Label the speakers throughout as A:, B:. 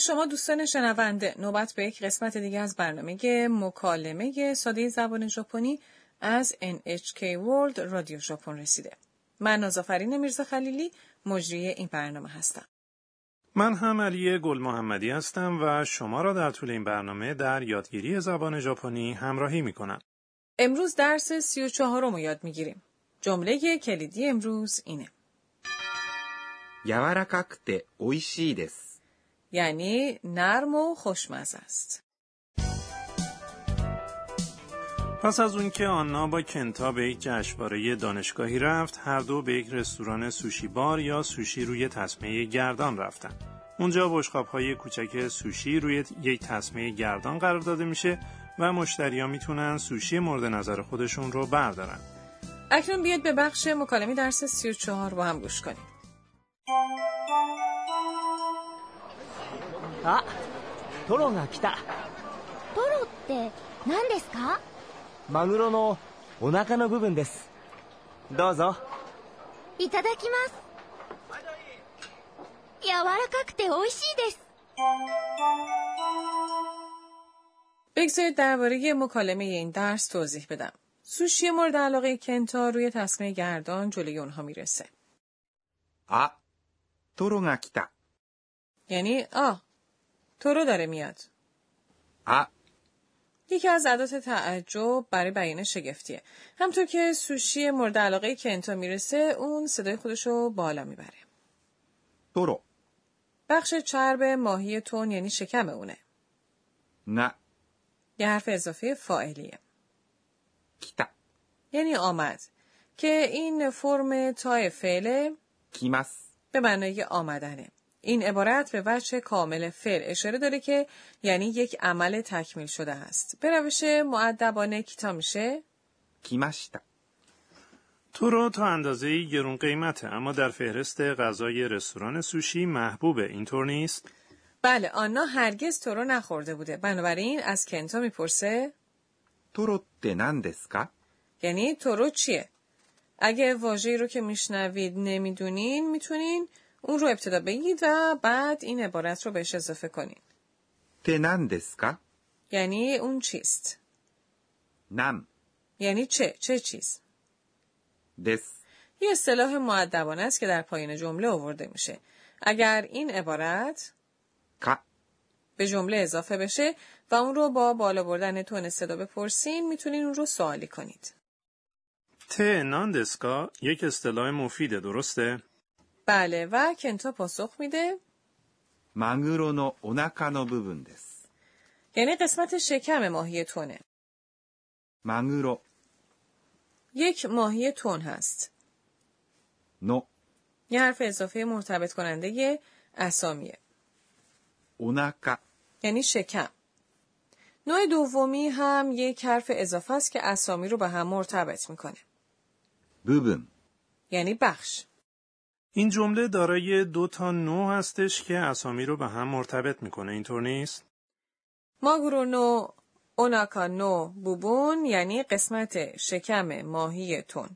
A: شما دوستان شنونده نوبت به یک قسمت دیگه از برنامه مکالمه ساده زبان ژاپنی از NHK World رادیو ژاپن رسیده. من نازافرین میرزا خلیلی مجری این برنامه هستم.
B: من هم علی گل محمدی هستم و شما را در طول این برنامه در یادگیری زبان ژاپنی همراهی می کنم.
A: امروز درس سی و چهارم رو یاد میگیریم. جمله کلیدی امروز اینه.
C: 柔らかくて美味しいです。
A: یعنی نرم و خوشمزه است.
B: پس از اون که آنا با کنتا به یک جشنواره دانشگاهی رفت، هر دو به یک رستوران سوشی بار یا سوشی روی تسمه گردان رفتن. اونجا بشقاب‌های کوچک سوشی روی یک تسمه گردان قرار داده میشه و مشتریا میتونن سوشی مورد نظر خودشون رو بردارن.
A: اکنون بیاید به بخش مکالمه درس سی و چهار با هم گوش کنیم.
D: あトロが来た
E: トロって何ですか
D: マグロのお腹の部分ですどうぞ
E: いただきます柔らかくて美味しいです
A: بگذارید درباره مکالمه این درس توضیح بدم. سوشی مورد علاقه کنتا روی تسمه گردان جلوی اونها میرسه.
C: あ、トロが来た。
A: یعنی آه تو رو داره میاد.
C: あ、
A: یکی از عادات تعجب برای بیان شگفتیه. همطور که سوشی مورد علاقه کنتا میرسه اون صدای خودش رو بالا میبره.
C: トロ、
A: بخش چرب ماهی تون یعنی شکم اونه.
C: が、
A: یه حرف اضافه فاعلیه.
C: 来た。
A: یعنی آمد که این فرم تای فعله
C: 来ます。
A: به معنای آمدنه. این عبارت به وجه کامل فعل اشاره داره که یعنی یک عمل تکمیل شده است. به روش معدبانه کیتا میشه
C: 来ました。
B: تورو تا اندازه گرون قیمته اما در فهرست غذای رستوران سوشی محبوبه اینطور نیست؟
A: بله آنا هرگز تو رو نخورده بوده بنابراین از کنتا میپرسه
C: トロって何ですか
A: یعنی تو رو چیه اگه واژه‌ای رو که میشنوید نمیدونین میتونین اون رو ابتدا بگید و بعد این عبارت رو بهش اضافه کنین
C: って何ですか
A: یعنی اون چیست
C: なん、
A: یعنی چه چه چیز
C: です。
A: یه اصطلاح معدبانه است که در پایین جمله آورده میشه اگر این عبارت
C: か、
A: به جمله اضافه بشه و اون رو با بالا بردن تون صدا بپرسین میتونین اون رو سوالی کنید
B: ته ناندسکا یک اصطلاح مفیده درسته؟
A: بله و کنتا پاسخ میده
C: マグロのお腹の部分です。
A: یعنی قسمت شکم ماهی تونه.
C: マグロ
A: یک ماهی تون هست.
C: の
A: یه حرف اضافه مرتبط کننده ی اسامیه.
C: お腹
A: یعنی شکم. نوع دومی هم یک حرف اضافه است که اسامی رو به هم مرتبط میکنه.
C: 部分
A: یعنی بخش.
B: این جمله دارای دو تا نو هستش که اسامی رو به هم مرتبط میکنه اینطور نیست؟
A: ماگورو نو اوناکا نو بوبون یعنی قسمت شکم ماهی تون.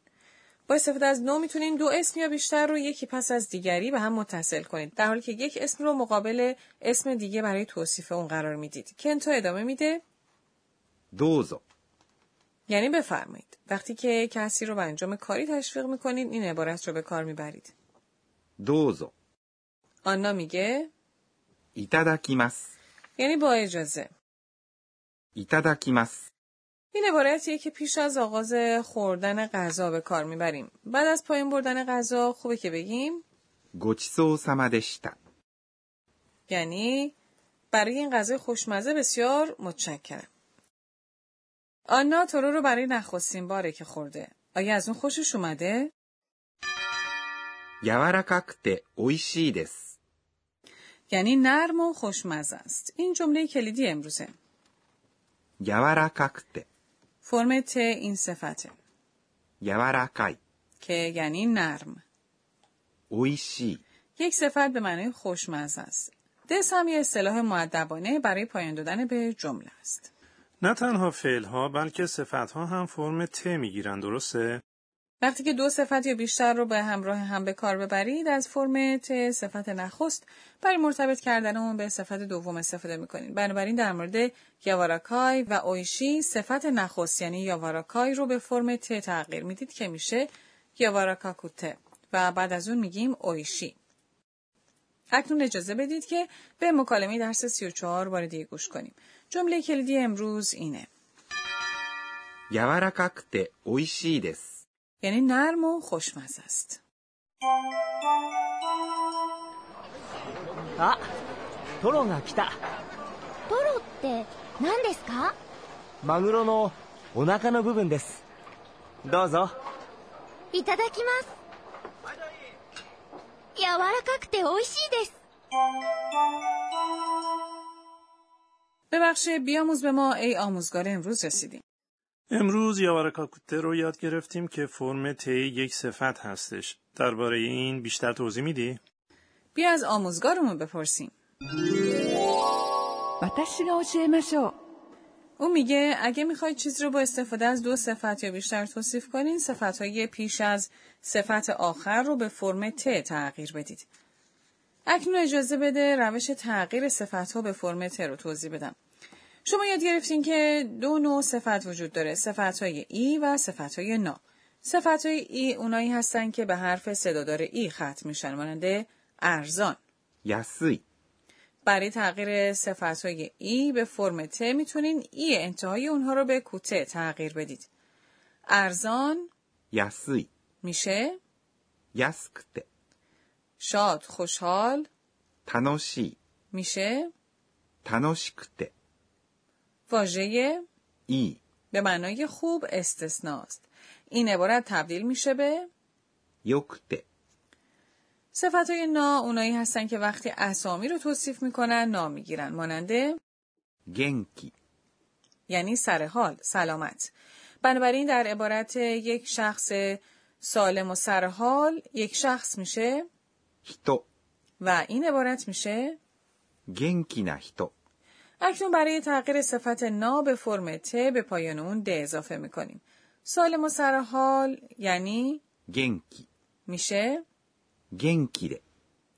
A: با استفاده از نو میتونین دو اسم یا بیشتر رو یکی پس از دیگری به هم متصل کنید در حالی که یک اسم رو مقابل اسم دیگه برای توصیف اون قرار میدید کنتا ادامه میده
C: どうぞ
A: یعنی بفرمایید وقتی که کسی رو به انجام کاری تشویق میکنید این عبارت رو به کار میبرید
C: どうぞ
A: آنا میگه
C: いただきます
A: یعنی با اجازه
C: いただきます
A: این عبارتیه که پیش از آغاز خوردن غذا به کار میبریم بعد از پایین بردن غذا خوبه که بگیم
C: ごちそうさまでした
A: یعنی برای این غذای خوشمزه بسیار متشکرم آنا تورو رو برای نخستین باره که خورده آیا از اون خوشش اومده؟
C: 柔らかくて美味しいです。
A: یعنی نرم و خوشمزه است این جمله کلیدی امروزه
C: 柔らかくて、
A: فرم ت این صفته
C: 柔らかい、
A: که یعنی نرم
C: 美味しい、
A: یک صفت به معنای خوشمزه است دس هم یه اصطلاح معدبانه برای پایان دادن به جمله است
B: نه تنها فعل ها بلکه صفت ها هم فرم ت میگیرن درسته؟
A: وقتی که دو صفت یا بیشتر رو به همراه هم به کار ببرید از فرم ت صفت نخست برای مرتبط کردن اون به صفت دوم استفاده میکنید بنابراین در مورد یاوارکای و اویشی صفت نخست یعنی یاوارکای رو به فرم ت تغییر میدید که میشه یاواراکاکوته و بعد از اون میگیم اویشی اکنون اجازه بدید که به مکالمه درس 34 بار دیگه گوش کنیم جمله کلیدی امروز اینه
C: 柔らかくて美味しいです。
A: یعنی نرم و خوشمزه است
D: あトロが来た
E: トロって何ですか
D: マグロのお腹の部分ですどうぞ
E: いただきます柔らかくて美味しいです
A: ببخشید بیاموز به ما ای آموزگار امروز رسیدیم
B: امروز یاوارکاکوته رو یاد گرفتیم که فرم ت یک صفت هستش. درباره این بیشتر توضیح میدی؟
A: بیا از آموزگارمون بپرسیم
F: 私が教えましょう
A: او میگه اگه میخواید چیز رو با استفاده از دو صفت یا بیشتر توصیف کنین صفت پیش از صفت آخر رو به فرم ت تغییر بدید. اکنون اجازه بده روش تغییر صفت ها به فرم ت رو توضیح بدم. شما یاد گرفتین که دو نوع صفت وجود داره صفت های ای و صفت های نا. صفت های ای اونایی هستن که به حرف صدادار ای ختم میشن مانند ارزان.
C: 安い、
A: برای تغییر صفت های ای به فرم ت میتونین ای انتهای اونها رو به کوته تغییر بدید. ارزان
C: 安い、
A: میشه
C: 安くて、
A: شاد خوشحال
C: 楽しい、
A: میشه
C: 楽しくて、
A: واژه
C: いい、
A: به معنای خوب استثناست. این عبارت تبدیل میشه به
C: 良くて、
A: صفت های نا اونایی هستن که وقتی اسامی رو توصیف میکنن نا میگیرن ماننده
C: 元気、
A: یعنی سر حال سلامت بنابراین در عبارت یک شخص سالم و سر حال یک شخص میشه
C: 人、
A: و این عبارت میشه
C: 元気な人、
A: اکنون برای تغییر صفت نا به فرم ت به پایان اون د اضافه میکنیم سالم و سر حال یعنی
C: 元気、
A: میشه
C: 元気で、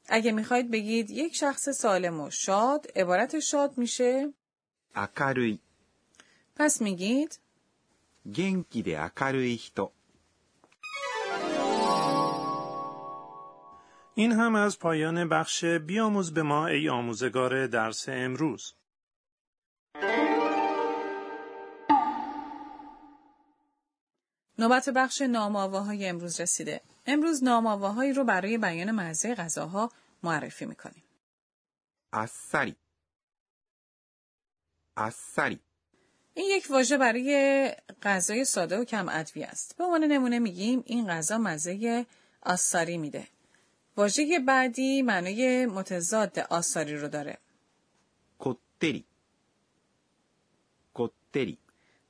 A: اگه میخواید بگید یک شخص سالم و شاد عبارت شاد میشه
C: 明るい、
A: پس میگید
C: 元気で明るい人、
B: این هم از پایان بخش بیاموز به ما ای آموزگار درس امروز.
A: نوبت بخش نامآواهای امروز رسیده. امروز نامآواهایی رو برای بیان مزه غذاها معرفی میکنیم.
C: あっさり、あっさり、
A: این یک واژه برای غذای ساده و کم ادویه است. به عنوان نمونه میگیم این غذا مزه آساری میده. واژه بعدی معنای متضاد آساری رو داره.
C: こってり、こってり、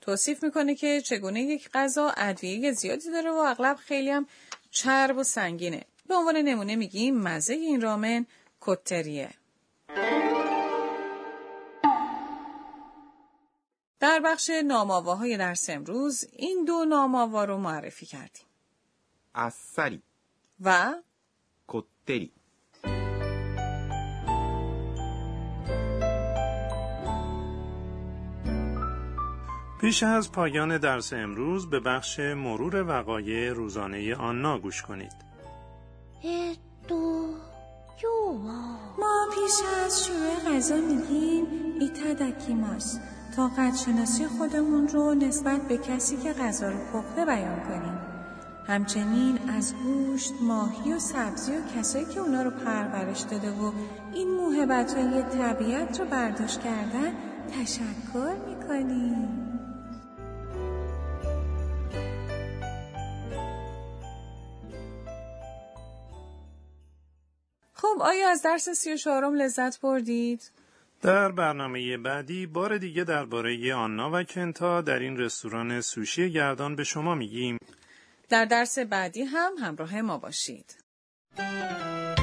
A: توصیف میکنه که چگونه یک غذا ادویه زیادی داره و اغلب خیلی هم چرب و سنگینه. به عنوان نمونه میگیم مزه این رامن کتریه. در بخش نامآواهای درس امروز این دو نامآوا رو معرفی کردیم
C: あっさり、
A: و
C: こってり、
B: پیش از پایان درس امروز به بخش مرور وقایع روزانه آنا گوش کنید.
E: えっと今日は
G: ما پیش از شروع غذا میگیم ایتاداکیماس تا قدشناسی خودمون رو نسبت به کسی که غذا رو پخته بیان کنیم همچنین از گوشت، ماهی و سبزی و کسایی که اونا رو پرورش داده و این موهبت های طبیعت رو برداشت کردن تشکر میکنیم
A: خب آیا از درس سی و چهارم لذت بردید؟
B: در برنامه بعدی بار دیگه درباره آنا و کنتا در این رستوران سوشی گردان به شما میگیم
A: در درس بعدی هم همراه ما باشید